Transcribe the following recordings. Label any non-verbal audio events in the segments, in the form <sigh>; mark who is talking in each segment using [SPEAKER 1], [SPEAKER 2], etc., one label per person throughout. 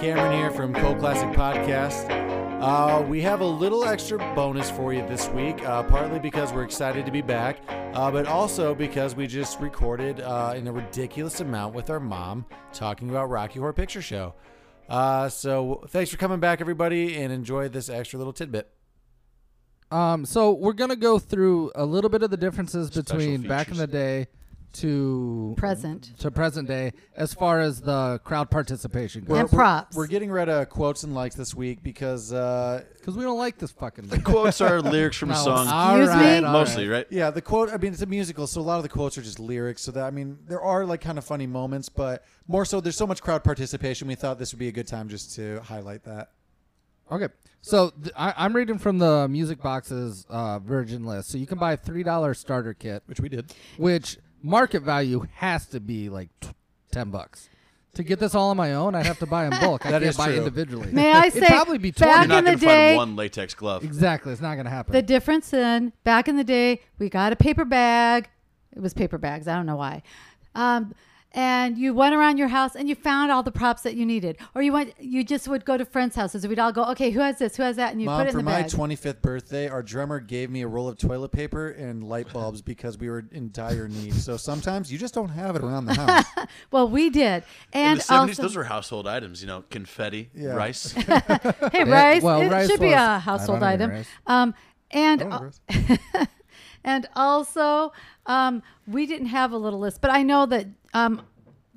[SPEAKER 1] here from Cold Classic Podcast. Uh, we have a little extra bonus for you this week, uh, partly because we're excited to be back, uh, but also because we just recorded uh, in a ridiculous amount with our mom talking about Rocky Horror Picture Show. Uh, so thanks for coming back, everybody, and enjoy this extra little tidbit.
[SPEAKER 2] Um, so we're gonna go through a little bit of the differences between back in the day to
[SPEAKER 3] Present.
[SPEAKER 2] to present day as far as the crowd participation goes.
[SPEAKER 3] and props.
[SPEAKER 1] We're getting rid of quotes and likes this week because, uh,
[SPEAKER 2] Because we don't like this fucking. <laughs> thing.
[SPEAKER 4] Quotes are
[SPEAKER 3] <laughs>
[SPEAKER 4] lyrics from a
[SPEAKER 2] No,
[SPEAKER 4] song,
[SPEAKER 2] all
[SPEAKER 3] Excuse
[SPEAKER 2] right,
[SPEAKER 3] me?
[SPEAKER 2] all
[SPEAKER 4] mostly,
[SPEAKER 2] right.
[SPEAKER 4] right?
[SPEAKER 1] yeah, the quote, I mean, it's a musical, so a lot of the quotes are just lyrics. So that, I mean, there are like kind of funny moments, but more so, there's so much crowd participation. We thought this would be a good time just to highlight that.
[SPEAKER 2] Okay, so th- I, I'm reading from the Music Box's uh, Virgin list. So you can buy a three dollar starter kit,
[SPEAKER 1] Which we did.
[SPEAKER 2] which market value has to be like t- ten bucks. To get this all on my own, I'd have to buy in bulk. I
[SPEAKER 1] That
[SPEAKER 2] can't
[SPEAKER 1] is
[SPEAKER 2] buy
[SPEAKER 1] true.
[SPEAKER 2] individually.
[SPEAKER 3] May I
[SPEAKER 2] It'd
[SPEAKER 3] say,
[SPEAKER 2] probably be twenty.
[SPEAKER 3] back
[SPEAKER 4] You're not
[SPEAKER 3] in the
[SPEAKER 4] going to
[SPEAKER 3] day-
[SPEAKER 4] find one latex glove.
[SPEAKER 2] exactly, it's not gonna happen.
[SPEAKER 3] The difference in back in the day, we got a paper bag. It was paper bags. I don't know why. Um, and you went around your house and you found all the props that you needed, or you went. You just would go to friends' houses. We'd all go, okay, who has this? Who has that? And you
[SPEAKER 1] Mom,
[SPEAKER 3] put it in
[SPEAKER 1] for
[SPEAKER 3] the
[SPEAKER 1] my
[SPEAKER 3] bag.
[SPEAKER 1] 25th birthday, our drummer gave me a roll of toilet paper and light bulbs because we were in dire need. So sometimes you just don't have it around the
[SPEAKER 2] <laughs>
[SPEAKER 1] house.
[SPEAKER 3] well, we did.
[SPEAKER 4] In
[SPEAKER 3] And
[SPEAKER 4] the 70s,
[SPEAKER 3] also,
[SPEAKER 4] those were household items, you know, confetti,
[SPEAKER 1] Yeah. <laughs>
[SPEAKER 3] <laughs>
[SPEAKER 4] rice.
[SPEAKER 3] hey,
[SPEAKER 2] Yeah,
[SPEAKER 3] rice.
[SPEAKER 2] well,
[SPEAKER 3] it
[SPEAKER 2] rice
[SPEAKER 3] should be
[SPEAKER 2] was-
[SPEAKER 3] a
[SPEAKER 2] I
[SPEAKER 3] household
[SPEAKER 2] don't eat
[SPEAKER 3] item.
[SPEAKER 2] rice.
[SPEAKER 3] Um, and
[SPEAKER 1] Oh, <laughs>
[SPEAKER 3] al-
[SPEAKER 1] gross.
[SPEAKER 3] and also, um, we didn't have a little list, but I know that um,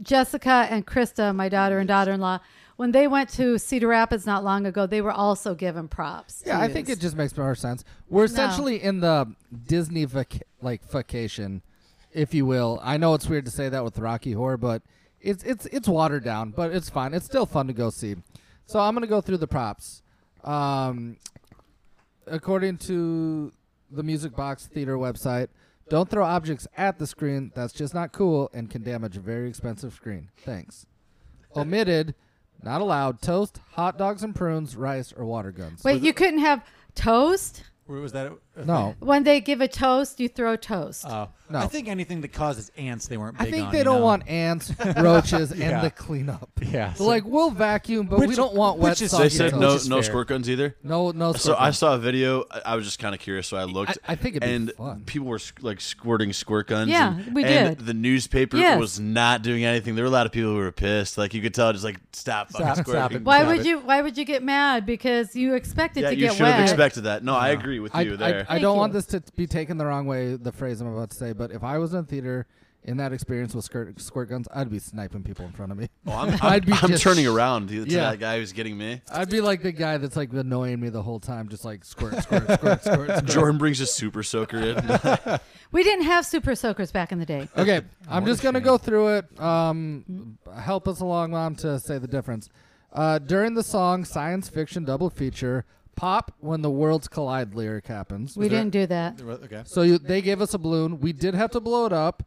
[SPEAKER 3] Jessica and Krista, my daughter and daughter in law, when they went to Cedar Rapids not long ago, they were also given props. to
[SPEAKER 2] Yeah, I think
[SPEAKER 3] use.
[SPEAKER 2] it just makes more sense. We're essentially in the Disney vac- like vacation, if you will. I know it's weird to say that with Rocky Horror, but it's it's it's watered down, but it's fine. It's still fun to go see. So I'm gonna go through the props. Um, according to the Music Box Theater website, don't throw objects at the screen. That's just not cool and can damage a very expensive screen. Thanks. Omitted, not allowed. Toast, hot dogs and prunes, rice, or water guns.
[SPEAKER 3] Wait, you couldn't have toast?
[SPEAKER 1] Where was that?
[SPEAKER 2] No.
[SPEAKER 3] When they give a toast, you throw toast.
[SPEAKER 4] Uh,
[SPEAKER 1] Oh,
[SPEAKER 2] No.
[SPEAKER 1] I think anything that causes ants, they weren't. Big
[SPEAKER 2] I think
[SPEAKER 1] on,
[SPEAKER 2] they
[SPEAKER 1] you
[SPEAKER 2] don't
[SPEAKER 1] know?
[SPEAKER 2] want
[SPEAKER 4] <laughs>
[SPEAKER 2] ants, roaches,
[SPEAKER 1] Yeah.
[SPEAKER 2] and the cleanup.
[SPEAKER 1] Yeah,
[SPEAKER 2] They're like, we'll vacuum, but we
[SPEAKER 1] Which-
[SPEAKER 2] don't want
[SPEAKER 1] which
[SPEAKER 2] wet
[SPEAKER 1] is-
[SPEAKER 2] soggy
[SPEAKER 4] they
[SPEAKER 1] Which
[SPEAKER 4] said
[SPEAKER 1] is
[SPEAKER 4] no,
[SPEAKER 2] toast.
[SPEAKER 4] no
[SPEAKER 1] fair.
[SPEAKER 4] squirt guns either.
[SPEAKER 2] No, no.
[SPEAKER 4] So I
[SPEAKER 2] scorpions.
[SPEAKER 4] saw a video. I- I was just kind of curious, so I looked.
[SPEAKER 2] I- I think it'd be
[SPEAKER 4] and
[SPEAKER 2] fun.
[SPEAKER 4] people were squ- like squirting squirt guns.
[SPEAKER 3] Yeah,
[SPEAKER 4] and,
[SPEAKER 3] we
[SPEAKER 4] and
[SPEAKER 3] did.
[SPEAKER 4] The newspaper
[SPEAKER 3] Yes.
[SPEAKER 4] was not doing anything. There were a lot of people who were pissed. Like you could tell, just like stop,
[SPEAKER 1] Stop,
[SPEAKER 4] fucking
[SPEAKER 1] stop
[SPEAKER 4] squirting.
[SPEAKER 1] it.
[SPEAKER 3] why
[SPEAKER 1] Stop
[SPEAKER 3] would
[SPEAKER 1] it.
[SPEAKER 3] you why would you get mad because you expected
[SPEAKER 4] Yeah,
[SPEAKER 3] to
[SPEAKER 4] you
[SPEAKER 3] get
[SPEAKER 4] should have
[SPEAKER 3] wet?
[SPEAKER 4] expected that. No, I agree with
[SPEAKER 2] I,
[SPEAKER 4] you
[SPEAKER 3] <laughs>
[SPEAKER 4] there.
[SPEAKER 2] I, I
[SPEAKER 3] Thank
[SPEAKER 2] don't
[SPEAKER 3] you.
[SPEAKER 2] want this to be taken the wrong way, the phrase I'm about to say, but if I was in a theater in that experience with squirt, squirt guns, I'd be sniping people in front of me.
[SPEAKER 4] oh, I'm,
[SPEAKER 2] <laughs> I'd be
[SPEAKER 4] I'm, I'm
[SPEAKER 2] just-
[SPEAKER 4] turning around to
[SPEAKER 2] Yeah.
[SPEAKER 4] that guy who's getting me.
[SPEAKER 2] I'd be like the guy that's like annoying me the whole time, just like squirt, squirt, squirt, squirt, squirt.
[SPEAKER 4] <laughs> Jordan brings a super soaker <laughs> in.
[SPEAKER 3] We didn't have super soakers back in the
[SPEAKER 4] <laughs>
[SPEAKER 3] day.
[SPEAKER 2] Okay, I'm just gonna go through it. Um, help us along, mom, to say the difference. Uh, during the song "Science Fiction Double Feature," pop when the worlds collide lyric happens.
[SPEAKER 3] We didn't do that.
[SPEAKER 1] Okay.
[SPEAKER 2] So you, they gave us a balloon. We did have to blow it up.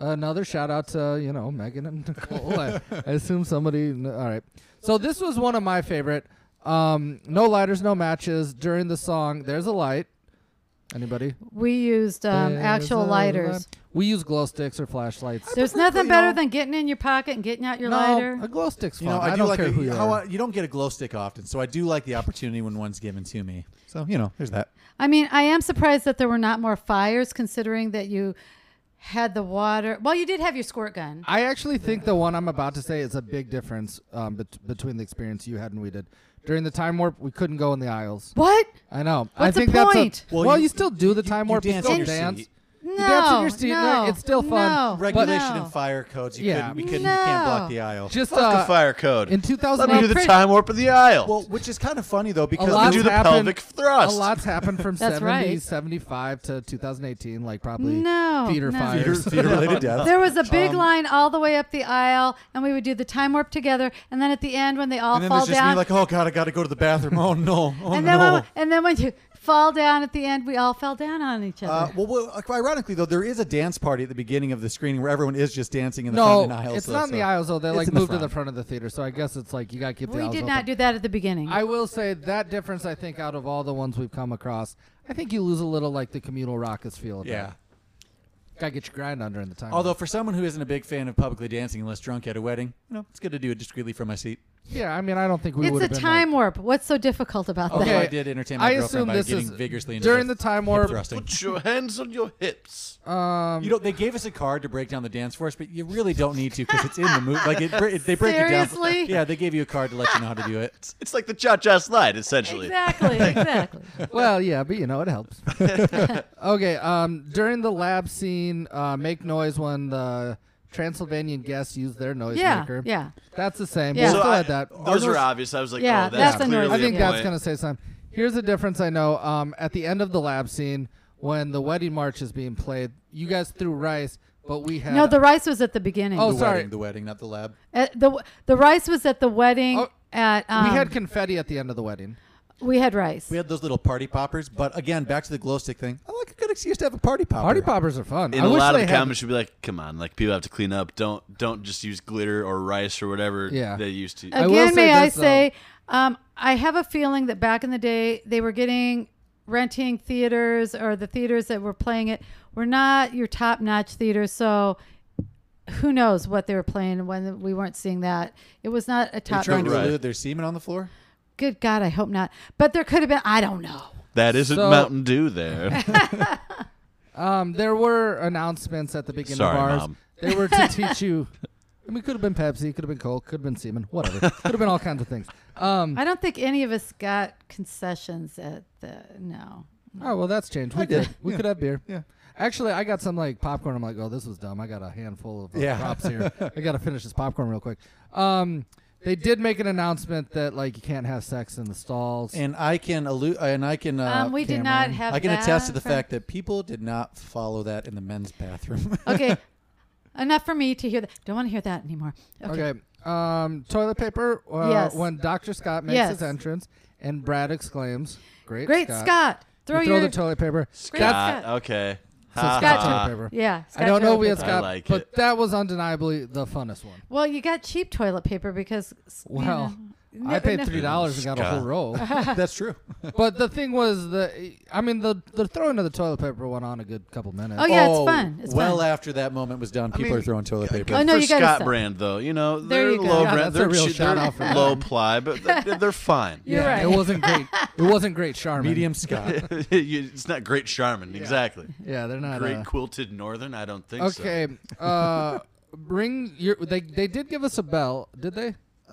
[SPEAKER 2] Another shout out to you know Megan and <laughs> Nicole. I, I assume somebody. kn- All right. So this was one of my favorite. Um, no lighters, no matches during the song. There's a light. Anybody?
[SPEAKER 3] We used um,
[SPEAKER 2] There's
[SPEAKER 3] actual
[SPEAKER 2] a
[SPEAKER 3] lighters.
[SPEAKER 2] light. We use glow sticks or flashlights.
[SPEAKER 3] There's nothing better than getting in your pocket and getting out your lighter.
[SPEAKER 2] A glow stick's
[SPEAKER 1] You
[SPEAKER 2] fine.
[SPEAKER 1] know, I,
[SPEAKER 2] I,
[SPEAKER 1] do
[SPEAKER 2] not
[SPEAKER 1] like
[SPEAKER 2] care
[SPEAKER 1] a-
[SPEAKER 2] who you
[SPEAKER 1] how
[SPEAKER 2] are.
[SPEAKER 1] I- you don't get a glow stick often, so I do like the opportunity when one's given to me. So you know, there's that.
[SPEAKER 3] I mean, I am surprised that there were not more fires, considering that you had the water. Well, you did have your squirt gun.
[SPEAKER 2] I actually think the one I'm about to say is a big difference um, bet- between the experience you had and we did. During the time warp, we couldn't go in the aisles.
[SPEAKER 3] What?
[SPEAKER 2] I know. I
[SPEAKER 3] What's the
[SPEAKER 2] think that's
[SPEAKER 3] point?
[SPEAKER 2] a, well, you, still do the time
[SPEAKER 1] you
[SPEAKER 2] warp. You,
[SPEAKER 1] dance
[SPEAKER 2] still
[SPEAKER 1] in your
[SPEAKER 2] dance.
[SPEAKER 1] seat.
[SPEAKER 3] No,
[SPEAKER 2] dance in your seat,
[SPEAKER 3] no,
[SPEAKER 2] right? It's still fun.
[SPEAKER 3] No,
[SPEAKER 1] Regulation
[SPEAKER 3] no.
[SPEAKER 1] and fire codes. You
[SPEAKER 2] Yeah.
[SPEAKER 1] couldn't. We couldn't. You can't block
[SPEAKER 3] No.
[SPEAKER 1] the aisle.
[SPEAKER 2] Just
[SPEAKER 4] Fuck
[SPEAKER 2] uh,
[SPEAKER 4] the fire code.
[SPEAKER 2] in
[SPEAKER 4] Let
[SPEAKER 2] 2000.
[SPEAKER 4] me do the
[SPEAKER 3] Fred-
[SPEAKER 4] time warp of the aisle.
[SPEAKER 1] well, which is kind of funny though
[SPEAKER 2] a
[SPEAKER 1] because
[SPEAKER 2] lot's
[SPEAKER 4] do the
[SPEAKER 2] happened,
[SPEAKER 4] pelvic thrust.
[SPEAKER 2] A lot's happened from
[SPEAKER 3] <laughs> That's
[SPEAKER 2] 70,
[SPEAKER 3] right.
[SPEAKER 2] 75 to 2018, like probably
[SPEAKER 3] No,
[SPEAKER 2] theater
[SPEAKER 3] no.
[SPEAKER 1] theater,
[SPEAKER 2] fires. <laughs>
[SPEAKER 1] theater related death.
[SPEAKER 3] There was a big line all the way up the aisle, and we would do the time warp together. And then at the end, when they all
[SPEAKER 1] and then
[SPEAKER 3] fall
[SPEAKER 1] there's just
[SPEAKER 3] down,
[SPEAKER 1] me like, oh god, I got to go to the bathroom. Oh no, oh
[SPEAKER 3] and then
[SPEAKER 1] no.
[SPEAKER 3] when, and then when you fall down at the end, we all fell down on each
[SPEAKER 1] Uh,
[SPEAKER 3] other.
[SPEAKER 1] well, well, like, ironically though, there is a dance party at the beginning of the screening where everyone is just dancing in the
[SPEAKER 2] No,
[SPEAKER 1] front and aisle.
[SPEAKER 2] it's
[SPEAKER 1] so-
[SPEAKER 2] not in the
[SPEAKER 1] so-
[SPEAKER 2] aisles though. They
[SPEAKER 1] It's
[SPEAKER 2] like
[SPEAKER 1] in the
[SPEAKER 2] moved to the
[SPEAKER 1] front.
[SPEAKER 2] front of the theater, so I guess it's like you gotta keep the
[SPEAKER 3] we
[SPEAKER 2] aisles
[SPEAKER 3] did
[SPEAKER 2] open.
[SPEAKER 3] not do that at the beginning.
[SPEAKER 2] I will say that difference. I think out of all the ones we've come across, I think you lose a little like the communal rockets feel. About
[SPEAKER 1] Yeah.
[SPEAKER 2] it. gotta get your grind under in the time.
[SPEAKER 1] Although for someone who isn't a big fan of publicly dancing unless drunk at a wedding, you know, it's good to do it discreetly from my seat.
[SPEAKER 2] Yeah, I mean, I don't think we would.
[SPEAKER 3] it's a time warp. What's so difficult about
[SPEAKER 1] Although
[SPEAKER 2] Okay.
[SPEAKER 1] I did entertain my
[SPEAKER 2] I
[SPEAKER 1] girlfriend
[SPEAKER 2] assume
[SPEAKER 1] by
[SPEAKER 2] this
[SPEAKER 1] getting
[SPEAKER 2] is
[SPEAKER 1] vigorously into
[SPEAKER 2] during the
[SPEAKER 1] the <laughs>
[SPEAKER 2] time
[SPEAKER 1] hip
[SPEAKER 2] warp.
[SPEAKER 1] thrusting.
[SPEAKER 4] Put your hands on your hips.
[SPEAKER 2] that. Um,
[SPEAKER 1] You don't. They gave us a card to break down the dance for us, but you really don't need to because it's in the movie. Like it, bre- it- they break it down.
[SPEAKER 3] Seriously?
[SPEAKER 1] Yeah, they gave you a card to let you know how to do it.
[SPEAKER 4] It's like the cha-cha slide, essentially.
[SPEAKER 3] Exactly,
[SPEAKER 2] <laughs>
[SPEAKER 3] exactly.
[SPEAKER 2] well, yeah, but you know
[SPEAKER 1] <laughs>
[SPEAKER 2] it helps. okay. Um, during the lab scene, uh, make noise when the Transylvanian guests use their noise
[SPEAKER 3] yeah,
[SPEAKER 2] maker.
[SPEAKER 3] yeah.
[SPEAKER 2] that's the same.
[SPEAKER 3] Yeah.
[SPEAKER 2] We'll
[SPEAKER 3] So
[SPEAKER 2] still
[SPEAKER 4] I-
[SPEAKER 2] add that. Are
[SPEAKER 4] Those are obvious. I was like,
[SPEAKER 3] Yeah,
[SPEAKER 4] oh, that's,
[SPEAKER 3] that's a
[SPEAKER 4] clearly
[SPEAKER 3] noise.
[SPEAKER 4] a
[SPEAKER 3] I
[SPEAKER 2] I think
[SPEAKER 4] point.
[SPEAKER 2] that's gonna say something. Here's a difference I know. Um, at the end of the lab scene, when the wedding march is being played, you guys threw rice, but we had
[SPEAKER 3] No, the rice was at the beginning.
[SPEAKER 2] Oh,
[SPEAKER 1] The
[SPEAKER 2] sorry.
[SPEAKER 1] wedding, the wedding, not the lab.
[SPEAKER 3] At the the rice was at the wedding.
[SPEAKER 2] Oh,
[SPEAKER 3] at um,
[SPEAKER 2] we had confetti at the end of the wedding.
[SPEAKER 3] we had rice.
[SPEAKER 1] We had those little party poppers, but again, back to the glow stick thing. I like a good excuse to have a party popper.
[SPEAKER 2] Party poppers are fun.
[SPEAKER 4] In
[SPEAKER 2] I
[SPEAKER 4] a
[SPEAKER 2] wish
[SPEAKER 4] lot of
[SPEAKER 2] they
[SPEAKER 4] the
[SPEAKER 2] had-
[SPEAKER 4] comments, should be like, "Come on, like people have to clean up. Don't don't just use glitter or rice or whatever
[SPEAKER 2] Yeah.
[SPEAKER 4] they used to."
[SPEAKER 2] I will
[SPEAKER 3] Again,
[SPEAKER 2] say
[SPEAKER 3] may
[SPEAKER 2] this,
[SPEAKER 3] I say, um, I have a feeling that back in the day they were getting renting theaters or the theaters that were playing it were not your top notch theaters. So who knows what they were playing when we weren't seeing that. It was not a
[SPEAKER 1] You're
[SPEAKER 3] top
[SPEAKER 1] trying
[SPEAKER 3] notch.
[SPEAKER 1] to
[SPEAKER 4] Right.
[SPEAKER 1] elude their semen on the floor.
[SPEAKER 3] Good God, I hope not. But there could have been, I don't know.
[SPEAKER 4] that isn't
[SPEAKER 2] So-
[SPEAKER 4] Mountain
[SPEAKER 2] <laughs>
[SPEAKER 4] Dew there.
[SPEAKER 2] Um, there were announcements at the beginning
[SPEAKER 4] Sorry,
[SPEAKER 2] of bars.
[SPEAKER 4] Mom.
[SPEAKER 2] They were
[SPEAKER 4] <laughs>
[SPEAKER 2] to teach you. I mean, could have been Pepsi, could have been Coke, could have been semen, whatever. could have been all kinds of things. Um,
[SPEAKER 3] I don't think any of us got concessions at the, no.
[SPEAKER 2] oh well, that's changed. We
[SPEAKER 1] I did.
[SPEAKER 2] could we
[SPEAKER 1] Yeah.
[SPEAKER 2] could have beer.
[SPEAKER 1] Yeah.
[SPEAKER 2] Actually, I got some like popcorn. I'm like, oh, this was dumb. I got a handful of uh,
[SPEAKER 1] Yeah. <laughs>
[SPEAKER 2] props here. I got to finish this popcorn real quick. Um, they did make an announcement that like you can't have sex in the stalls.
[SPEAKER 1] And I can allude, and I can. Uh,
[SPEAKER 3] Um, we did
[SPEAKER 2] Cameron.
[SPEAKER 3] not have
[SPEAKER 1] I can
[SPEAKER 3] that
[SPEAKER 1] attest to the
[SPEAKER 3] for-
[SPEAKER 1] fact that people did not follow that in the men's bathroom.
[SPEAKER 3] <laughs> Okay. Enough for me to hear that. Don't want to hear that anymore. Okay.
[SPEAKER 2] okay. Um, toilet paper. Uh,
[SPEAKER 3] Yes.
[SPEAKER 2] When Doctor Scott makes
[SPEAKER 3] Yes.
[SPEAKER 2] his entrance, and Brad exclaims, "Great,
[SPEAKER 3] Great,
[SPEAKER 2] Scott!"
[SPEAKER 3] Scott.
[SPEAKER 2] You
[SPEAKER 3] Throw,
[SPEAKER 2] throw
[SPEAKER 3] your
[SPEAKER 2] the toilet
[SPEAKER 1] <laughs>
[SPEAKER 2] paper.
[SPEAKER 4] Scott, okay.
[SPEAKER 2] So
[SPEAKER 4] Ha,
[SPEAKER 2] Scott
[SPEAKER 4] ha.
[SPEAKER 2] toilet paper.
[SPEAKER 3] Yeah,
[SPEAKER 2] I don't know if we
[SPEAKER 3] toilet
[SPEAKER 2] had
[SPEAKER 3] paper.
[SPEAKER 2] Scott,
[SPEAKER 4] I like
[SPEAKER 2] but
[SPEAKER 4] it.
[SPEAKER 2] that was undeniably the funnest one.
[SPEAKER 3] Well, you got cheap toilet paper because you
[SPEAKER 2] Well,
[SPEAKER 3] know,
[SPEAKER 2] I
[SPEAKER 3] no-
[SPEAKER 2] paid
[SPEAKER 3] no-
[SPEAKER 2] three dollars and got a whole
[SPEAKER 4] Scott.
[SPEAKER 2] roll.
[SPEAKER 3] <laughs>
[SPEAKER 1] That's true.
[SPEAKER 2] but the thing was the, I mean the the throwing of the toilet paper went on a good couple minutes.
[SPEAKER 3] Oh yeah, it's fun. It's
[SPEAKER 1] well, uh,
[SPEAKER 3] fun.
[SPEAKER 1] after that moment was done, people
[SPEAKER 4] mean,
[SPEAKER 1] are throwing toilet paper.
[SPEAKER 3] Oh, no,
[SPEAKER 4] for
[SPEAKER 3] you gotta
[SPEAKER 4] Scott
[SPEAKER 3] stop.
[SPEAKER 4] brand though, you know
[SPEAKER 3] There
[SPEAKER 4] they're
[SPEAKER 3] you go.
[SPEAKER 4] low
[SPEAKER 3] Yeah,
[SPEAKER 4] brand,
[SPEAKER 2] that's a
[SPEAKER 4] they're,
[SPEAKER 2] real
[SPEAKER 4] cheap,
[SPEAKER 2] shout
[SPEAKER 4] they're
[SPEAKER 2] out for them.
[SPEAKER 4] low ply, but they're, they're fine.
[SPEAKER 3] You're
[SPEAKER 2] Yeah,
[SPEAKER 3] right.
[SPEAKER 2] It wasn't great. It wasn't great, Charmin.
[SPEAKER 1] Medium
[SPEAKER 3] <laughs>
[SPEAKER 1] Scott.
[SPEAKER 4] <laughs> You- it's not great Charmin, exactly.
[SPEAKER 2] Yeah, they're not.
[SPEAKER 4] Great
[SPEAKER 2] uh,
[SPEAKER 4] quilted northern, I don't think so.
[SPEAKER 2] okay. Uh, bring your. They they did give us a bell, did they?
[SPEAKER 3] Uh,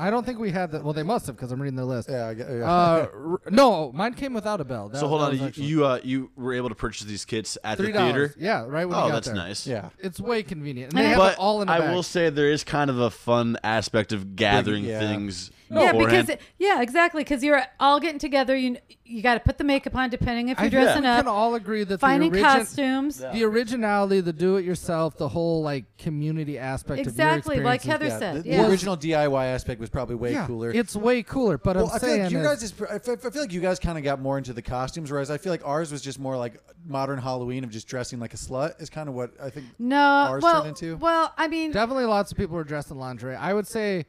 [SPEAKER 2] I don't think we had that. Well, they must have because I'm reading their list.
[SPEAKER 1] yeah, I got- yeah.
[SPEAKER 2] Uh, r- no, mine came without a bell. That-
[SPEAKER 4] So hold
[SPEAKER 2] that
[SPEAKER 4] on,
[SPEAKER 2] was
[SPEAKER 4] you
[SPEAKER 2] actually-
[SPEAKER 4] you, uh, you were able to purchase these kits at
[SPEAKER 2] three
[SPEAKER 4] the theater.
[SPEAKER 2] dollars. Yeah, right when
[SPEAKER 4] Oh,
[SPEAKER 2] you got
[SPEAKER 4] that's
[SPEAKER 2] there.
[SPEAKER 1] <laughs>
[SPEAKER 4] nice.
[SPEAKER 1] yeah.
[SPEAKER 2] It's way convenient. And they have
[SPEAKER 4] but
[SPEAKER 2] it all in a
[SPEAKER 4] I
[SPEAKER 2] bag.
[SPEAKER 4] will say there is kind of a fun aspect of gathering
[SPEAKER 1] Yeah.
[SPEAKER 4] things.
[SPEAKER 3] yeah,
[SPEAKER 4] beforehand.
[SPEAKER 3] because it, yeah, exactly. Because you're all getting together. You you got to put the makeup on, depending if you're
[SPEAKER 2] I think
[SPEAKER 3] dressing
[SPEAKER 2] we
[SPEAKER 3] up,
[SPEAKER 2] can all agree that
[SPEAKER 3] finding
[SPEAKER 2] the, origin-
[SPEAKER 3] costumes.
[SPEAKER 2] the originality, the do-it-yourself, the whole like community aspect of
[SPEAKER 3] Exactly,
[SPEAKER 2] your
[SPEAKER 3] like
[SPEAKER 2] experience.
[SPEAKER 3] Heather
[SPEAKER 1] Yeah,
[SPEAKER 3] said.
[SPEAKER 1] the,
[SPEAKER 3] yeah.
[SPEAKER 1] the original DIY aspect was probably way
[SPEAKER 2] yeah,
[SPEAKER 1] cooler.
[SPEAKER 2] It's way cooler. But
[SPEAKER 1] well,
[SPEAKER 2] I'm
[SPEAKER 1] I feel
[SPEAKER 2] saying
[SPEAKER 1] like you
[SPEAKER 2] is-
[SPEAKER 1] guys is, I f- I feel like you guys kind of got more into the costumes, whereas I feel like ours was just more like modern Halloween of just dressing like a slut is kind of what I think.
[SPEAKER 3] no,
[SPEAKER 1] ours
[SPEAKER 3] well,
[SPEAKER 1] turned into?
[SPEAKER 3] well, I mean,
[SPEAKER 2] definitely lots of people were dressed in lingerie. I would say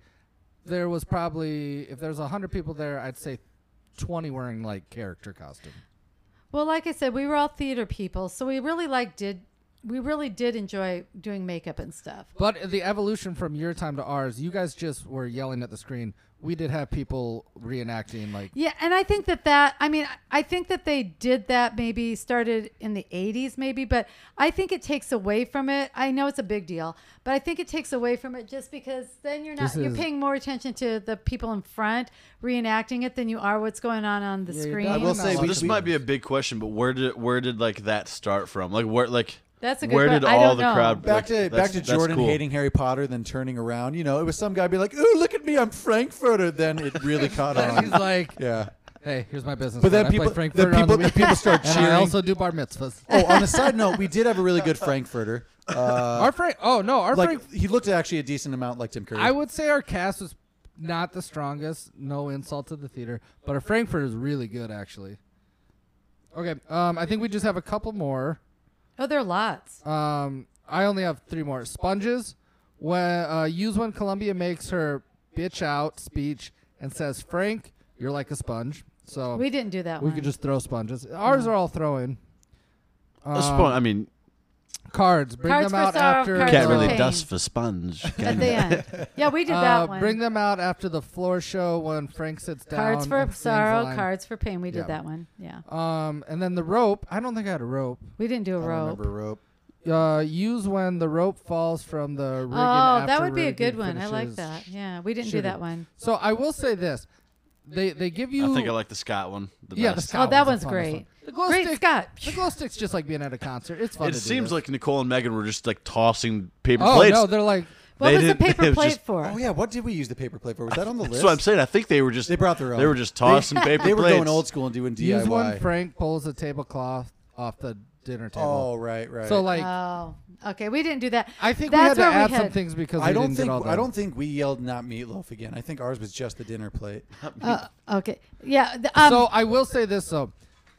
[SPEAKER 2] there was probably if there's hundred people there, I'd say twenty wearing like character costume.
[SPEAKER 3] well, like I said, we were all theater people, so we really like did we really did enjoy doing makeup and stuff.
[SPEAKER 2] But the evolution from your time to ours, you guys just were yelling at the screen. We did have people
[SPEAKER 1] <laughs>
[SPEAKER 2] reenacting like
[SPEAKER 3] Yeah, and I think that that I mean I think that they did that maybe started in the 80s maybe, but I think it takes away from it. I know it's a big deal, but I think it takes away from it just because then you're not
[SPEAKER 2] This
[SPEAKER 3] you're
[SPEAKER 2] is-
[SPEAKER 3] paying more attention to the people in front reenacting it than you are what's going on on the
[SPEAKER 2] Yeah, you're
[SPEAKER 3] screen.
[SPEAKER 2] definitely
[SPEAKER 1] I will
[SPEAKER 2] not
[SPEAKER 1] say
[SPEAKER 4] So
[SPEAKER 2] allowed
[SPEAKER 1] we-
[SPEAKER 4] this
[SPEAKER 2] to
[SPEAKER 4] might be a big question, but where did where did like that start from? Like where like
[SPEAKER 3] That's a good
[SPEAKER 4] where
[SPEAKER 3] que-
[SPEAKER 4] did
[SPEAKER 3] I
[SPEAKER 4] all
[SPEAKER 3] don't
[SPEAKER 4] the
[SPEAKER 3] know.
[SPEAKER 4] crowd
[SPEAKER 1] Back
[SPEAKER 4] like,
[SPEAKER 1] to back
[SPEAKER 4] that's-
[SPEAKER 1] to
[SPEAKER 4] that's
[SPEAKER 1] Jordan
[SPEAKER 4] cool.
[SPEAKER 1] hating Harry Potter, then turning around. You know, it was some guy be like, "Ooh, look at me, I'm Frankfurter." Then it
[SPEAKER 2] <laughs>
[SPEAKER 1] really caught
[SPEAKER 2] he's
[SPEAKER 1] on.
[SPEAKER 2] like,
[SPEAKER 1] Yeah.
[SPEAKER 2] "Hey, here's my business."
[SPEAKER 1] But then
[SPEAKER 2] card. I play
[SPEAKER 1] people, the
[SPEAKER 2] Frankfurter on the
[SPEAKER 1] people, the
[SPEAKER 2] weekend,
[SPEAKER 1] people start
[SPEAKER 2] <laughs> and
[SPEAKER 1] cheering.
[SPEAKER 2] I also do bar mitzvahs.
[SPEAKER 1] <laughs> oh, on a side note, we did have a really good Frankfurter.
[SPEAKER 2] <laughs>
[SPEAKER 1] Uh,
[SPEAKER 2] our Frank, oh no, our Frank.
[SPEAKER 1] like he looked actually a decent amount like Tim Curry.
[SPEAKER 2] I would say our cast was not the strongest. No insult to the theater, but our Frankfurt is really good actually. Okay, um, I think we just have a couple more.
[SPEAKER 3] Oh, there are lots.
[SPEAKER 2] Um, I only have three more. Sponges. When uh, use when Columbia makes her bitch out speech and says, "Frank, you're like a sponge." So
[SPEAKER 3] We
[SPEAKER 2] Oh, we,
[SPEAKER 3] didn't do that one.
[SPEAKER 2] could just throw sponges. Ours are all throwing.
[SPEAKER 4] A spon- I mean,
[SPEAKER 2] cards. Bring
[SPEAKER 3] Cards
[SPEAKER 2] them
[SPEAKER 3] for
[SPEAKER 2] out
[SPEAKER 3] sorrow,
[SPEAKER 2] after.
[SPEAKER 3] cards
[SPEAKER 2] the-
[SPEAKER 4] Can't really
[SPEAKER 3] pain.
[SPEAKER 4] dust for sponge.
[SPEAKER 3] at
[SPEAKER 4] can
[SPEAKER 3] the
[SPEAKER 4] you?
[SPEAKER 3] end. Yeah, we
[SPEAKER 2] <laughs>
[SPEAKER 3] did
[SPEAKER 2] uh,
[SPEAKER 3] that one.
[SPEAKER 2] Bring them out after the floor show when Frank sits down.
[SPEAKER 3] cards
[SPEAKER 2] and
[SPEAKER 3] for
[SPEAKER 2] sings
[SPEAKER 3] sorrow,
[SPEAKER 2] a line.
[SPEAKER 3] cards for pain. We did
[SPEAKER 2] Yeah.
[SPEAKER 3] that one. Yeah,
[SPEAKER 2] Um, and then the rope. I don't think I had a rope.
[SPEAKER 3] we didn't do a
[SPEAKER 1] I don't
[SPEAKER 3] rope.
[SPEAKER 1] remember rope.
[SPEAKER 2] Uh, use when the rope falls from the rigging.
[SPEAKER 3] Oh, that
[SPEAKER 2] after
[SPEAKER 3] would be a
[SPEAKER 2] rigging
[SPEAKER 3] good one. I like
[SPEAKER 2] finishes
[SPEAKER 3] that. Yeah, we didn't do
[SPEAKER 2] shooting.
[SPEAKER 3] that one.
[SPEAKER 2] So I will say this: they they give you.
[SPEAKER 4] I think I like the Scott one. The
[SPEAKER 2] yeah, the
[SPEAKER 4] best.
[SPEAKER 2] Scott
[SPEAKER 3] Oh, that
[SPEAKER 2] one's the
[SPEAKER 3] one's
[SPEAKER 2] funnest
[SPEAKER 3] great.
[SPEAKER 2] one. The glow
[SPEAKER 3] Great
[SPEAKER 2] stick,
[SPEAKER 3] Scott.
[SPEAKER 2] The glow stick's just like being at a concert. It's fun.
[SPEAKER 4] It
[SPEAKER 2] to do
[SPEAKER 4] seems
[SPEAKER 2] this.
[SPEAKER 4] like Nicole and Megan were just like tossing paper
[SPEAKER 2] Oh
[SPEAKER 4] plates.
[SPEAKER 2] no, they're like
[SPEAKER 3] What
[SPEAKER 4] They
[SPEAKER 3] was the
[SPEAKER 4] didn't- <laughs> it
[SPEAKER 3] paper
[SPEAKER 4] was
[SPEAKER 3] plate
[SPEAKER 4] just-
[SPEAKER 3] for?
[SPEAKER 1] Oh yeah, what did we use the paper plate for? Was that on the list?
[SPEAKER 4] <laughs> That's what I'm saying. I think they were just
[SPEAKER 1] They brought their own.
[SPEAKER 4] They were just tossing paper
[SPEAKER 1] They <laughs> were
[SPEAKER 4] plates.
[SPEAKER 1] going old school and doing
[SPEAKER 2] use when
[SPEAKER 1] DIY.
[SPEAKER 2] Frank pulls the tablecloth off the dinner
[SPEAKER 1] Oh
[SPEAKER 2] table.
[SPEAKER 1] right, right.
[SPEAKER 2] so like
[SPEAKER 3] Oh, okay. We didn't do that.
[SPEAKER 2] I think
[SPEAKER 3] That's
[SPEAKER 2] we had to
[SPEAKER 3] where
[SPEAKER 2] add
[SPEAKER 3] we
[SPEAKER 2] some
[SPEAKER 3] had-
[SPEAKER 2] things because
[SPEAKER 1] I
[SPEAKER 2] we
[SPEAKER 1] don't
[SPEAKER 2] didn't
[SPEAKER 1] think
[SPEAKER 2] get all
[SPEAKER 1] I
[SPEAKER 2] done.
[SPEAKER 1] don't think we yelled not meatloaf again. I think ours was just the dinner plate.
[SPEAKER 3] Uh, okay. Yeah. The, um,
[SPEAKER 2] so I will say this though,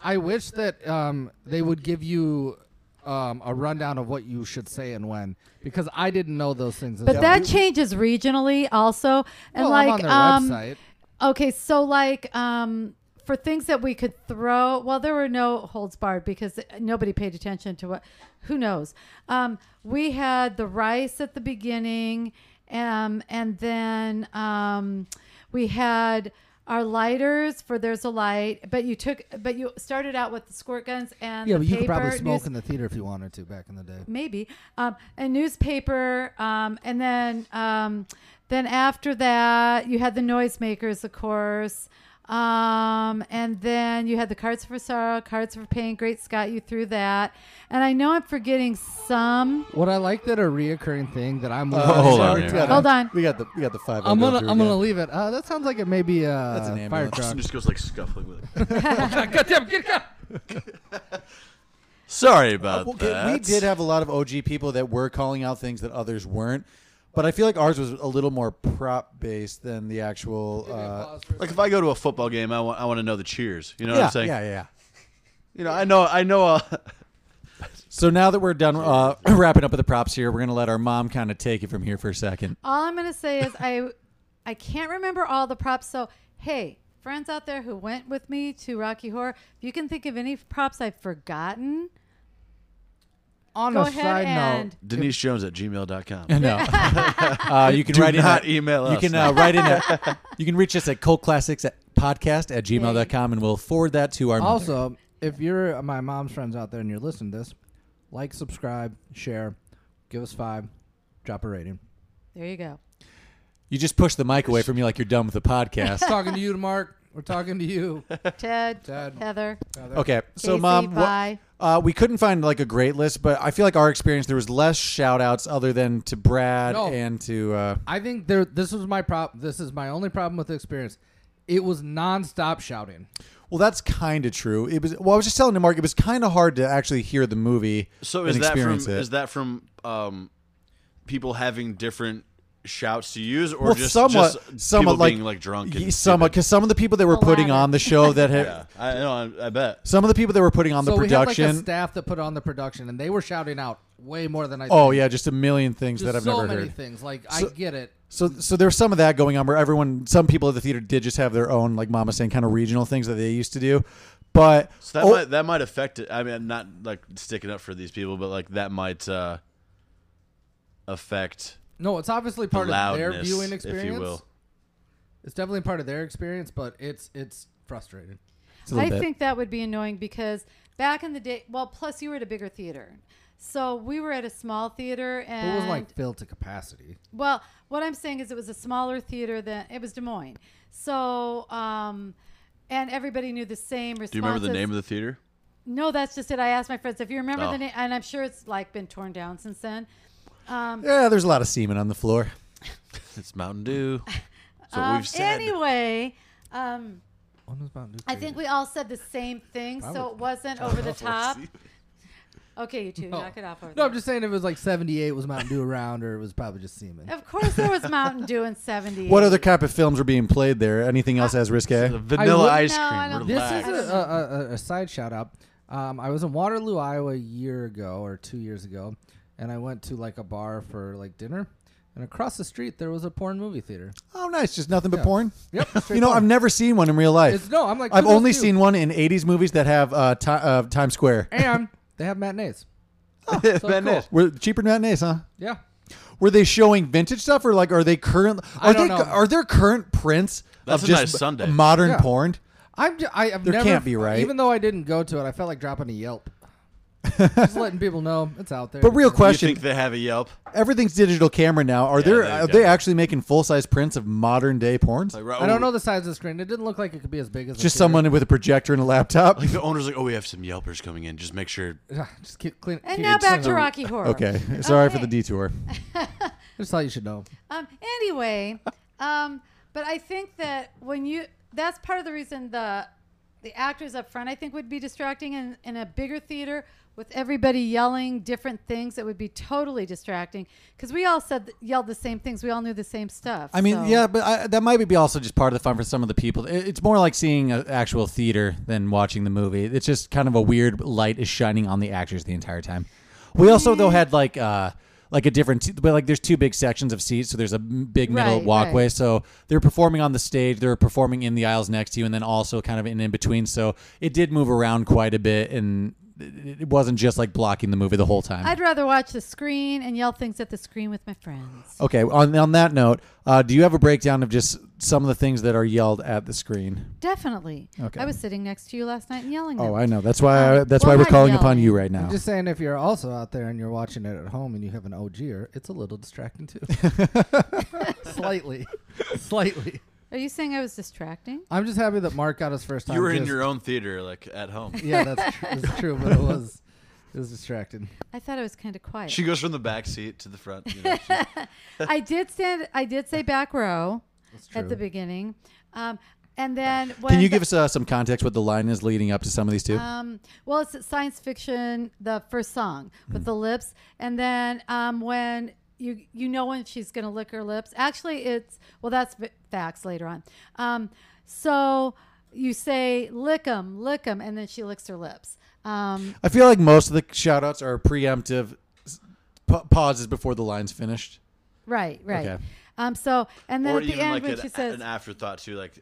[SPEAKER 2] I wish that um, they would give you um, a rundown of what you should say and when, because I didn't know those things. as
[SPEAKER 3] but
[SPEAKER 2] well.
[SPEAKER 3] that changes regionally also, and
[SPEAKER 2] Well, I'm
[SPEAKER 3] like
[SPEAKER 2] on their
[SPEAKER 3] um,
[SPEAKER 2] website.
[SPEAKER 3] Okay, so like um for things that we could throw, well there were no holds barred because nobody paid attention to what who knows. Um we had the rice at the beginning um and then um we had our lighters for there's a light, but you took but you started out with the squirt guns and
[SPEAKER 2] Yeah,
[SPEAKER 3] the
[SPEAKER 2] but you
[SPEAKER 3] paper,
[SPEAKER 2] could probably smoke
[SPEAKER 3] news-
[SPEAKER 2] in the theater if you wanted to back in the day.
[SPEAKER 3] maybe um, a newspaper um, and then um, then after that you had the noisemakers of course um, and then you had the cards for sorrow cards for pain great scott you threw that and i know i'm forgetting some
[SPEAKER 2] What I like that a reoccurring thing that I'm.
[SPEAKER 1] Uh,
[SPEAKER 4] <laughs> hold on
[SPEAKER 1] we
[SPEAKER 4] here.
[SPEAKER 1] got-
[SPEAKER 3] Hold on.
[SPEAKER 1] We got the we got the five.
[SPEAKER 2] I'm
[SPEAKER 1] I'll go
[SPEAKER 2] gonna
[SPEAKER 1] through
[SPEAKER 2] I'm gonna
[SPEAKER 1] again.
[SPEAKER 2] leave it. Uh, that sounds like it may be a
[SPEAKER 1] an ambulance.
[SPEAKER 2] fire
[SPEAKER 4] Austin
[SPEAKER 2] truck.
[SPEAKER 4] just goes like scuffling with it.
[SPEAKER 2] <laughs> Goddamn, get it out.
[SPEAKER 4] <laughs> Sorry about
[SPEAKER 1] Uh, Well,
[SPEAKER 4] that.
[SPEAKER 1] We did have a lot of OG people that were calling out things that others weren't, but I feel like ours was a little more prop based than the actual. Uh,
[SPEAKER 4] like if I go to a football game, I want I want to know the cheers. You know what
[SPEAKER 1] yeah,
[SPEAKER 4] I'm saying?
[SPEAKER 1] yeah, yeah.
[SPEAKER 4] You know, I know I know. Uh, <laughs>
[SPEAKER 1] So now that we're done uh, <clears throat> wrapping up with the props here, we're gonna let our mom kind of take it from here for a second.
[SPEAKER 3] all i'm going to say is i i can't remember all the props so hey friends out there who went with me to rocky horror if you can think of any props i've forgotten
[SPEAKER 2] On
[SPEAKER 3] go
[SPEAKER 2] a
[SPEAKER 3] ahead
[SPEAKER 2] side
[SPEAKER 3] and
[SPEAKER 2] note,
[SPEAKER 4] Denise Jones at gmail.com.
[SPEAKER 1] No, uh, you can
[SPEAKER 4] Do
[SPEAKER 1] write in
[SPEAKER 4] not
[SPEAKER 1] at-
[SPEAKER 4] email us.
[SPEAKER 1] You can uh, write in.
[SPEAKER 4] <laughs>
[SPEAKER 1] At, you can reach us at cultclassics at podcast at gmail.com and we'll forward that to our. mother.
[SPEAKER 2] also, if you're uh, my mom's friends out there and you're listening to this, like, subscribe, share, give us five, drop a rating.
[SPEAKER 3] there you go
[SPEAKER 1] you just push the mic away from you like you're done with the
[SPEAKER 2] <laughs>
[SPEAKER 1] podcast.
[SPEAKER 2] talking to you, Mark. We're talking to you.
[SPEAKER 3] ted,
[SPEAKER 2] Ted.
[SPEAKER 3] heather
[SPEAKER 1] Okay, so
[SPEAKER 3] Casey,
[SPEAKER 1] mom, what-
[SPEAKER 3] bye.
[SPEAKER 1] uh, we couldn't find like a great list, but I feel like our experience there was less shout outs other than to Brad
[SPEAKER 2] No.
[SPEAKER 1] and to uh,
[SPEAKER 2] I think there. This was my problem. This is my only problem with the experience. It was nonstop shouting.
[SPEAKER 1] well, that's kind of true. It was well, I was just telling to Mark, it was kind of hard to actually hear the movie.
[SPEAKER 4] So
[SPEAKER 1] and
[SPEAKER 4] is that from
[SPEAKER 1] experience
[SPEAKER 4] is
[SPEAKER 1] it.
[SPEAKER 4] that from um, people having different shouts to use, or
[SPEAKER 1] well,
[SPEAKER 4] just
[SPEAKER 1] somewhat,
[SPEAKER 4] just
[SPEAKER 1] somewhat
[SPEAKER 4] people
[SPEAKER 1] like
[SPEAKER 4] being like drunk?
[SPEAKER 1] y-
[SPEAKER 4] And
[SPEAKER 1] somewhat because some of the people that were
[SPEAKER 3] The
[SPEAKER 1] putting
[SPEAKER 3] latter.
[SPEAKER 1] on the show
[SPEAKER 4] <laughs>
[SPEAKER 1] that had,
[SPEAKER 4] stupid? Yeah, I know. I, I bet.
[SPEAKER 1] some of the people that were putting on
[SPEAKER 2] so
[SPEAKER 1] the
[SPEAKER 2] we
[SPEAKER 1] production.
[SPEAKER 2] had like a staff that put on the production, and they were shouting out way more than I.
[SPEAKER 1] oh
[SPEAKER 2] think.
[SPEAKER 1] yeah, just a million things
[SPEAKER 2] Just
[SPEAKER 1] that I've
[SPEAKER 2] so
[SPEAKER 1] never
[SPEAKER 2] many
[SPEAKER 1] heard.
[SPEAKER 2] things. Like
[SPEAKER 1] So-
[SPEAKER 2] I get it.
[SPEAKER 1] So, so there's some of that going on where everyone, some people at the theater did just have their own, like Mama saying, kind of regional things that they used to do. But
[SPEAKER 4] So that
[SPEAKER 1] oh,
[SPEAKER 4] might that might affect it. I mean, I'm not like sticking up for these people, but like that might uh, affect
[SPEAKER 2] No, it's obviously part of
[SPEAKER 4] loudness,
[SPEAKER 2] their viewing experience.
[SPEAKER 4] if you will.
[SPEAKER 2] It's definitely part of their experience, but it's it's frustrating.
[SPEAKER 1] it's a little
[SPEAKER 3] I
[SPEAKER 1] bit.
[SPEAKER 3] think that would be annoying because back in the day, well, plus you were at a bigger theater. So we were at a small theater
[SPEAKER 2] But
[SPEAKER 3] and
[SPEAKER 2] it was like filled to capacity.
[SPEAKER 3] well, what I'm saying is it was a smaller theater than it was Des Moines. So um and everybody knew the same responses.
[SPEAKER 4] Do you remember the name of the theater?
[SPEAKER 3] No, that's just it. I asked my friends if you remember
[SPEAKER 4] Oh.
[SPEAKER 3] the name and I'm sure it's like been torn down since then.
[SPEAKER 1] yeah, there's a lot of semen on the floor.
[SPEAKER 4] It's Mountain Dew. That's what
[SPEAKER 3] Um,
[SPEAKER 4] we've said.
[SPEAKER 3] Anyway, um,
[SPEAKER 2] When was Mountain Dew
[SPEAKER 3] I think we all said the same thing, so it wasn't over
[SPEAKER 4] <laughs>
[SPEAKER 3] the top. Okay, you two, knock it off over
[SPEAKER 2] No,
[SPEAKER 3] there.
[SPEAKER 2] I'm just saying if it was like 78 was Mountain Dew around, or it was probably just semen.
[SPEAKER 3] Of course, there was Mountain Dew in '70.
[SPEAKER 1] What other type of films were being played there? Anything else as risque?
[SPEAKER 4] The
[SPEAKER 2] I
[SPEAKER 4] vanilla
[SPEAKER 2] would-
[SPEAKER 4] ice
[SPEAKER 3] No, I
[SPEAKER 4] cream.
[SPEAKER 3] don't-
[SPEAKER 2] This
[SPEAKER 4] relax.
[SPEAKER 2] is
[SPEAKER 3] <laughs>
[SPEAKER 2] a, a, a, a side shout out. Um, I was in Waterloo, Iowa a year ago or two years ago, and I went to like a bar for like dinner. And across the street, there was a porn movie theater.
[SPEAKER 1] Oh, nice, just nothing but
[SPEAKER 2] Yeah.
[SPEAKER 1] porn.
[SPEAKER 2] Yep.
[SPEAKER 1] <laughs> You know, I've never seen one in real life.
[SPEAKER 2] It's, no, I'm like.
[SPEAKER 1] I've
[SPEAKER 2] kudos
[SPEAKER 1] only
[SPEAKER 2] to you.
[SPEAKER 1] seen one in '80s movies that have uh, ti- uh, Times Square. <laughs>
[SPEAKER 2] And they have matinees.
[SPEAKER 4] <laughs>
[SPEAKER 2] cool.
[SPEAKER 1] Were cheaper than matinees, huh?
[SPEAKER 2] Yeah.
[SPEAKER 1] Were they showing vintage stuff or like are they current? Are
[SPEAKER 2] I don't
[SPEAKER 1] they,
[SPEAKER 2] know.
[SPEAKER 1] Are there current prints
[SPEAKER 4] That's
[SPEAKER 1] of
[SPEAKER 4] a
[SPEAKER 1] just
[SPEAKER 4] nice Sunday.
[SPEAKER 1] modern
[SPEAKER 2] Yeah.
[SPEAKER 1] porn?
[SPEAKER 2] I'm j- I, have
[SPEAKER 1] There
[SPEAKER 2] never,
[SPEAKER 1] can't be, right?
[SPEAKER 2] Even though I didn't go to it, I felt like dropping
[SPEAKER 1] <laughs>
[SPEAKER 2] a Yelp. Just letting people know it's out there.
[SPEAKER 1] But real
[SPEAKER 4] Do you
[SPEAKER 1] question:
[SPEAKER 4] think they have a Yelp?
[SPEAKER 1] Everything's digital camera now. Are there?
[SPEAKER 4] they
[SPEAKER 1] Are
[SPEAKER 4] definitely-
[SPEAKER 1] they actually making full size prints of modern day porns?
[SPEAKER 4] Like, right-
[SPEAKER 2] I don't
[SPEAKER 4] oh,
[SPEAKER 2] know the size of the screen. It didn't look like it could be as big as a
[SPEAKER 1] just
[SPEAKER 2] theater.
[SPEAKER 1] someone with a projector and a laptop.
[SPEAKER 4] Like the owner's like, oh, we have some Yelpers coming in. Just make sure.
[SPEAKER 2] <laughs> Just keep clean.
[SPEAKER 3] And
[SPEAKER 2] keep-
[SPEAKER 3] now back to
[SPEAKER 2] clean
[SPEAKER 1] <laughs>
[SPEAKER 2] up.
[SPEAKER 3] Rocky
[SPEAKER 1] <laughs>
[SPEAKER 3] Horror.
[SPEAKER 4] <laughs>
[SPEAKER 1] okay, sorry for
[SPEAKER 3] Okay.
[SPEAKER 1] the detour.
[SPEAKER 2] I just thought you should know.
[SPEAKER 3] Um, anyway, um, but I think that when you that's part of the reason the the actors up front I think would be distracting in, in a bigger theater with everybody yelling different things it would be totally distracting because we all said yelled the same things we all knew the same stuff
[SPEAKER 1] I mean,
[SPEAKER 3] so-
[SPEAKER 1] yeah, but I, that might be also just part of the fun for some of the people. It- it's more like seeing an actual theater than watching the movie. It's just kind of a weird light is shining on the actors the entire time. We also though had like uh like a different, se- but like there's two big sections of seats. So there's a m- big middle
[SPEAKER 3] Right,
[SPEAKER 1] walkway.
[SPEAKER 3] right.
[SPEAKER 1] So they're performing on the stage. They're performing in the aisles next to you, and then also kind of in in between. So it did move around quite a bit, and it it wasn't just like blocking the movie the whole time.
[SPEAKER 3] I'd rather watch the screen and yell things at the screen with my friends
[SPEAKER 1] Okay. On on that note, uh, do you have a breakdown of just some of the things that are yelled at the screen?
[SPEAKER 3] definitely
[SPEAKER 1] Okay.
[SPEAKER 3] I was sitting next to you last night and yelling
[SPEAKER 1] Oh,
[SPEAKER 3] them.
[SPEAKER 1] I know. That's why.
[SPEAKER 3] Um,
[SPEAKER 1] that's
[SPEAKER 3] well,
[SPEAKER 1] why we're
[SPEAKER 3] not
[SPEAKER 1] calling upon
[SPEAKER 3] yelling.
[SPEAKER 1] you right now.
[SPEAKER 2] I'm just saying, if you're also out there and you're watching it at home and you have an OGer, it's a little
[SPEAKER 1] <laughs>
[SPEAKER 2] distracting too. slightly, slightly.
[SPEAKER 3] are you saying I was distracting
[SPEAKER 2] I'm just happy that Mark got his first time.
[SPEAKER 4] You were in
[SPEAKER 2] just-
[SPEAKER 4] your own theater, like at home.
[SPEAKER 2] <laughs>
[SPEAKER 3] <laughs>
[SPEAKER 2] Yeah, that's, tr-
[SPEAKER 1] <laughs>
[SPEAKER 2] that's true, but it was it was distracting.
[SPEAKER 3] I thought I was kind of quiet
[SPEAKER 4] She goes from the back seat to the front. You know,
[SPEAKER 3] <laughs>
[SPEAKER 4] she-
[SPEAKER 3] I did stand I did say back row at the
[SPEAKER 2] true.
[SPEAKER 3] beginning. Um, and then when
[SPEAKER 1] Can you
[SPEAKER 3] the-
[SPEAKER 1] give us uh, some context what the line is leading up to some of these two?
[SPEAKER 3] um, well, it's science fiction, the first song with the lips, and then um, when you you know when she's gonna lick her lips. Actually, it's well, that's v- facts later on. Um, so you say lick 'em, lick 'em, and then she licks her lips. Um,
[SPEAKER 1] I feel like most of the shout outs are preemptive s- pa- pauses before the line's finished.
[SPEAKER 3] right, right.
[SPEAKER 1] Okay.
[SPEAKER 3] Um, so and then
[SPEAKER 4] or
[SPEAKER 3] at the
[SPEAKER 4] even
[SPEAKER 3] end
[SPEAKER 4] like
[SPEAKER 3] when
[SPEAKER 4] an,
[SPEAKER 3] she says
[SPEAKER 4] an afterthought too, like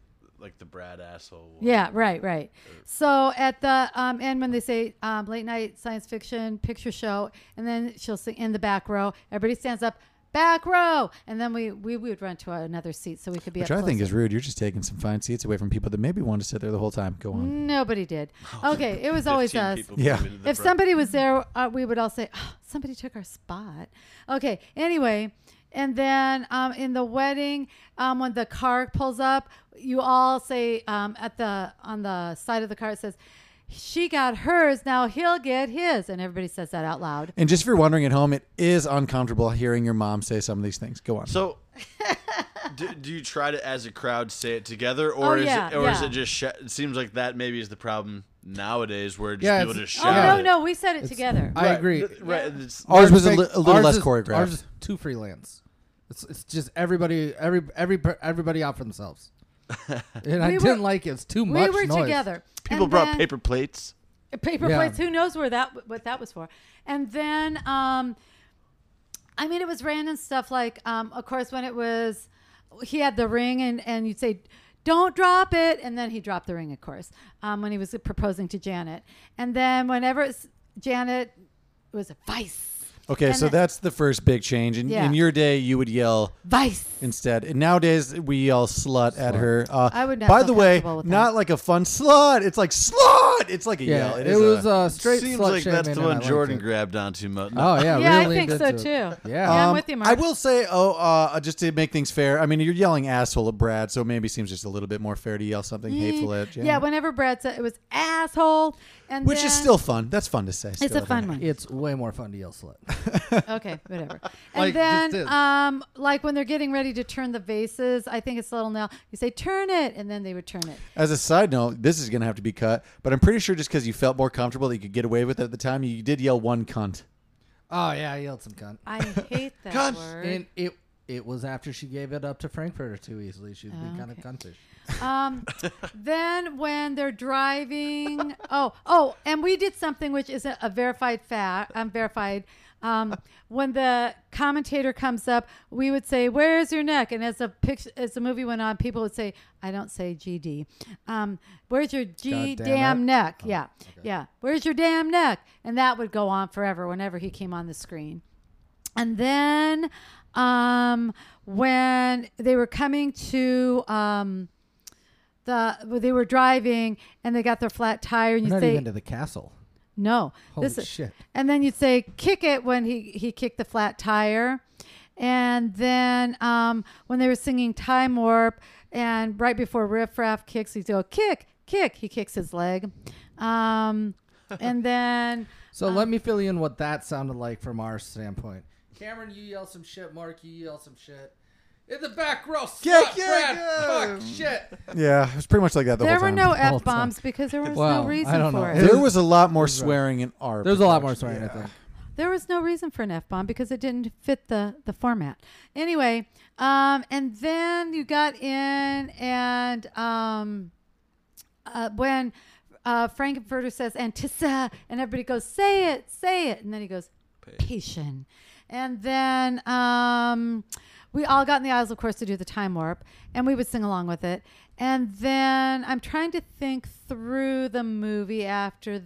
[SPEAKER 4] like the Brad asshole.
[SPEAKER 3] Yeah, right, right. So at the um, end, when they say um, late night science fiction picture show, and then she'll sing in the back row, everybody stands up, back row, and then we we, we would run to another seat so we could be
[SPEAKER 1] Which I
[SPEAKER 3] up
[SPEAKER 1] think
[SPEAKER 3] closer.
[SPEAKER 1] is rude. You're just taking some fine seats away from people that maybe want to sit there the whole time. Go
[SPEAKER 3] Mm.
[SPEAKER 1] on. <laughs>
[SPEAKER 3] nobody did.
[SPEAKER 1] Oh,
[SPEAKER 3] Okay, it was
[SPEAKER 4] 15
[SPEAKER 3] always us.
[SPEAKER 4] people
[SPEAKER 1] Yeah.
[SPEAKER 4] move into the Mm-hmm.
[SPEAKER 3] If
[SPEAKER 4] front.
[SPEAKER 3] somebody was there, uh, we would all say, oh, somebody took our spot. Okay, anyway. And then um, in the wedding, um, when the car pulls up, you all say um, at the on the side of the car it says, "She got hers, now he'll get his," and everybody says that out loud.
[SPEAKER 1] And just if you're wondering at home, it is uncomfortable hearing your mom say some of these things. Go on.
[SPEAKER 4] So,
[SPEAKER 3] <laughs>
[SPEAKER 4] do, do you try to, as a crowd, say it together,
[SPEAKER 3] Oh,
[SPEAKER 4] or is
[SPEAKER 3] yeah,
[SPEAKER 4] it, or is
[SPEAKER 3] yeah.
[SPEAKER 4] it just? Sh- it seems like that maybe is the problem nowadays, where just
[SPEAKER 2] Yeah,
[SPEAKER 4] people
[SPEAKER 2] it's-
[SPEAKER 4] just
[SPEAKER 3] Oh
[SPEAKER 4] shout.
[SPEAKER 3] no,
[SPEAKER 4] it.
[SPEAKER 3] no, we said it together.
[SPEAKER 2] I agree.
[SPEAKER 4] Th- Right. and it's-
[SPEAKER 1] ours was a,
[SPEAKER 2] Ours
[SPEAKER 1] li-
[SPEAKER 2] is-
[SPEAKER 1] a little
[SPEAKER 2] ours
[SPEAKER 1] less
[SPEAKER 2] is-
[SPEAKER 1] choreographed.
[SPEAKER 2] Ours is too freelance. It's it's just everybody every every everybody out for
[SPEAKER 4] <laughs>
[SPEAKER 2] themselves. And I
[SPEAKER 3] We were-
[SPEAKER 2] didn't like it. It's too
[SPEAKER 3] we
[SPEAKER 2] much.
[SPEAKER 3] were
[SPEAKER 2] noise.
[SPEAKER 3] together.
[SPEAKER 4] people
[SPEAKER 3] And
[SPEAKER 4] brought
[SPEAKER 3] then-
[SPEAKER 4] paper plates.
[SPEAKER 3] paper
[SPEAKER 2] Yeah.
[SPEAKER 3] plates. Who knows where that what that was for? And then, um, I mean, it was random stuff. Like, um, of course, when it was, he had the ring, and and you'd say, "Don't drop it," and then he dropped the ring, of course, um, when he was proposing to Janet. And then whenever it's Janet it was vice,
[SPEAKER 1] okay,
[SPEAKER 3] and
[SPEAKER 1] so
[SPEAKER 3] the-
[SPEAKER 1] that's the first big change. In,
[SPEAKER 3] Yeah.
[SPEAKER 1] in your day, you would yell
[SPEAKER 3] vice.
[SPEAKER 1] instead. And nowadays we yell slut, at her. Uh,
[SPEAKER 3] I would not
[SPEAKER 1] By
[SPEAKER 3] feel
[SPEAKER 1] the way,
[SPEAKER 3] comfortable with that.
[SPEAKER 1] not like a fun slut. It's like slut. It's like a
[SPEAKER 2] Yeah,
[SPEAKER 1] yell.
[SPEAKER 2] it,
[SPEAKER 1] is
[SPEAKER 2] was uh,
[SPEAKER 1] a-
[SPEAKER 2] a, straight
[SPEAKER 4] Seems
[SPEAKER 2] slut
[SPEAKER 4] like that's
[SPEAKER 2] shaming
[SPEAKER 4] the
[SPEAKER 2] and I
[SPEAKER 4] one
[SPEAKER 2] liked
[SPEAKER 4] Jordan
[SPEAKER 2] it.
[SPEAKER 4] grabbed onto. Mo-
[SPEAKER 2] <laughs> Oh
[SPEAKER 4] <laughs>
[SPEAKER 2] yeah,
[SPEAKER 3] yeah,
[SPEAKER 2] really
[SPEAKER 3] I think
[SPEAKER 2] good
[SPEAKER 3] so
[SPEAKER 2] to
[SPEAKER 3] too.
[SPEAKER 2] it. Yeah.
[SPEAKER 3] I'm
[SPEAKER 1] Um,
[SPEAKER 3] with you, Mark.
[SPEAKER 1] I will say, oh, uh, just to make things fair. I mean, you're yelling asshole at Brad, so maybe it seems just a little bit more fair to yell something hateful at. Janet.
[SPEAKER 3] Mm, yeah, whenever Brad said it was asshole, and
[SPEAKER 1] which is
[SPEAKER 3] then-
[SPEAKER 1] still fun. That's fun to say.
[SPEAKER 3] it's a fun one.
[SPEAKER 2] It's way more fun to yell slut.
[SPEAKER 3] okay,
[SPEAKER 2] <laughs>
[SPEAKER 3] whatever.
[SPEAKER 2] Like,
[SPEAKER 3] And
[SPEAKER 2] just
[SPEAKER 3] then,
[SPEAKER 2] is.
[SPEAKER 3] um, like when they're getting ready to turn the vases, I think it's a little now. You say turn it, and then they would turn it.
[SPEAKER 1] As a side note, this is gonna have to be cut, but I'm pretty sure just because you felt more comfortable that you could get away with it at the time, you did yell one cunt.
[SPEAKER 2] <laughs> Oh yeah, I yelled some cunt.
[SPEAKER 3] I hate that
[SPEAKER 4] Cunt.
[SPEAKER 3] word.
[SPEAKER 2] And it it was after she gave it up to Frankfurter too easily. She'd be kind of cuntish.
[SPEAKER 3] Um, then when they're driving, oh, oh, and we did something which is a, a verified fact, um, verified. Um, when the commentator comes up, we would say, "Where's your neck?" And as the picture, as the movie went on, people would say, "I don't say GD. Um, where's your G
[SPEAKER 2] God damn
[SPEAKER 3] damn
[SPEAKER 2] it. Oh,
[SPEAKER 3] neck? yeah, yeah. Where's your damn neck?" And that would go on forever whenever he came on the screen. And then um, when they were coming to um, the, well, they were driving and they got their flat tire, and
[SPEAKER 2] We're
[SPEAKER 3] you
[SPEAKER 2] not
[SPEAKER 3] say
[SPEAKER 2] even to the castle.
[SPEAKER 3] no,
[SPEAKER 2] Holy
[SPEAKER 3] this is-
[SPEAKER 2] shit.
[SPEAKER 3] And then you'd say kick it when he he kicked the flat tire, and then um, when they were singing Time Warp, and right before Riff Raff kicks, he'd go kick kick. He kicks his leg, um, and
[SPEAKER 2] <laughs>
[SPEAKER 3] then.
[SPEAKER 2] So let me fill you in what that sounded like from our standpoint. Cameron, you yell some shit. Mark, you yell some shit. In the back row,
[SPEAKER 5] Yeah,
[SPEAKER 2] slut,
[SPEAKER 5] yeah,
[SPEAKER 2] Brad,
[SPEAKER 5] yeah.
[SPEAKER 2] fuck, shit.
[SPEAKER 5] Yeah, it was pretty much like that the
[SPEAKER 3] There
[SPEAKER 5] whole
[SPEAKER 3] were
[SPEAKER 5] time.
[SPEAKER 3] no
[SPEAKER 2] whole
[SPEAKER 3] f bombs because there was
[SPEAKER 2] Wow,
[SPEAKER 3] no
[SPEAKER 2] I
[SPEAKER 3] reason
[SPEAKER 2] don't
[SPEAKER 3] for
[SPEAKER 2] know.
[SPEAKER 3] it.
[SPEAKER 2] There
[SPEAKER 1] There was a lot more swearing in our.
[SPEAKER 2] There's a lot more swearing, I think.
[SPEAKER 3] There was no reason for an f bomb because it didn't fit the the format. Anyway, um, and then you got in, and um, uh, when uh, Frankenfurter says "antissa," and everybody goes "say it, say it," and then he goes "cation," and then um, we all got in the aisles, of course, to do the time warp, and we would sing along with it. And then I'm trying to think through the movie after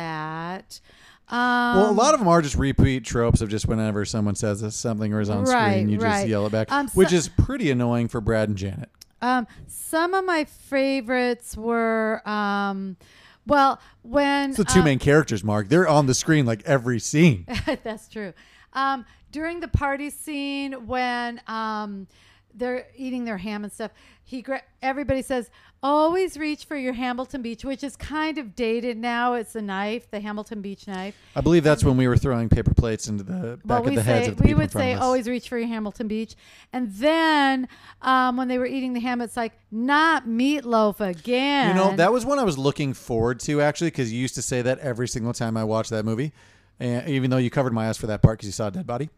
[SPEAKER 3] that. Um,
[SPEAKER 1] Well, a lot of them are just repeat tropes of just whenever someone says something or is on
[SPEAKER 3] Right,
[SPEAKER 1] screen, you
[SPEAKER 3] right.
[SPEAKER 1] just yell it back,
[SPEAKER 3] Um, so-
[SPEAKER 1] which is pretty annoying for Brad and Janet.
[SPEAKER 3] Um, some of my favorites were, um, well, when
[SPEAKER 1] It's the two
[SPEAKER 3] um,
[SPEAKER 1] main characters, Mark. They're on the screen like every scene.
[SPEAKER 3] <laughs> that's true. Um, during the party scene when um, they're eating their ham and stuff, he gra- everybody says always reach for your Hamilton Beach, which is kind of dated now. It's the knife, the Hamilton Beach knife.
[SPEAKER 1] I believe that's when we were throwing paper plates into the back
[SPEAKER 3] Well,
[SPEAKER 1] of
[SPEAKER 3] we
[SPEAKER 1] the heads
[SPEAKER 3] say
[SPEAKER 1] of the
[SPEAKER 3] we
[SPEAKER 1] people in
[SPEAKER 3] would
[SPEAKER 1] front
[SPEAKER 3] say
[SPEAKER 1] of us.
[SPEAKER 3] always reach for your Hamilton Beach, and then um, when they were eating the ham, it's like not meatloaf again.
[SPEAKER 1] You know, that was one I was looking forward to actually because you used to say that every single time I watched that movie, and even though you covered my ass for that part because you saw a dead body.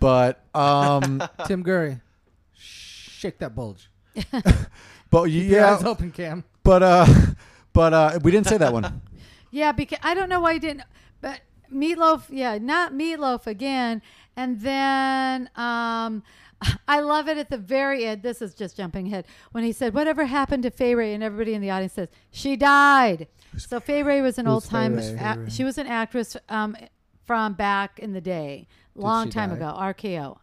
[SPEAKER 1] But
[SPEAKER 3] <laughs>
[SPEAKER 1] um,
[SPEAKER 2] Tim Gurry, shake that bulge.
[SPEAKER 1] but you-
[SPEAKER 2] Your
[SPEAKER 1] yeah,
[SPEAKER 2] eyes open, Cam.
[SPEAKER 1] but uh, <laughs> but uh, we didn't say that one.
[SPEAKER 3] Yeah, because I don't know why you didn't. But meatloaf, yeah, not meatloaf again. And then um, <laughs> I love it at the very end. This is just jumping ahead when he said, "Whatever happened to Fay Wray?" And everybody in the audience says, "She died." so Fay Wray was an
[SPEAKER 2] Who's
[SPEAKER 3] old time.
[SPEAKER 2] Fay Wray?
[SPEAKER 3] ac- she was an actress um, from back in the day, long
[SPEAKER 2] she
[SPEAKER 3] time
[SPEAKER 2] die?
[SPEAKER 3] ago. RKO.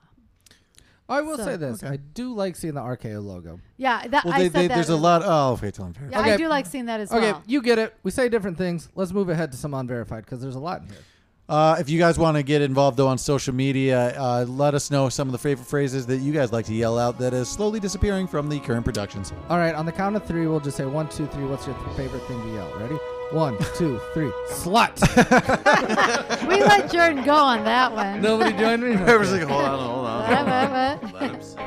[SPEAKER 2] I will
[SPEAKER 3] So-
[SPEAKER 2] say this:
[SPEAKER 1] Okay.
[SPEAKER 2] I do like seeing the RKO logo.
[SPEAKER 3] Yeah, that
[SPEAKER 1] Well,
[SPEAKER 3] I
[SPEAKER 1] they,
[SPEAKER 3] said
[SPEAKER 1] they,
[SPEAKER 3] that.
[SPEAKER 1] there's a lot. Oh, wait till I'm paraphrasing.
[SPEAKER 3] Yeah, I
[SPEAKER 2] Okay.
[SPEAKER 3] do like seeing that as
[SPEAKER 2] Okay,
[SPEAKER 3] well.
[SPEAKER 2] you get it. We say different things. Let's move ahead to some unverified because there's a lot in here.
[SPEAKER 1] Uh, if you guys want to get involved though on social media, uh, let us know some of the favorite phrases that you guys like to yell out that is slowly disappearing from the current productions.
[SPEAKER 2] All right, on the count of three, we'll just say one, two, three. What's your th- favorite thing to yell? Ready? One, <laughs> two, three. Slut.
[SPEAKER 3] we let Jordan go on that one.
[SPEAKER 2] Nobody joined me. <laughs>
[SPEAKER 4] Everyone's like, hold on, hold on.
[SPEAKER 3] What, what, what?
[SPEAKER 4] Let him sit.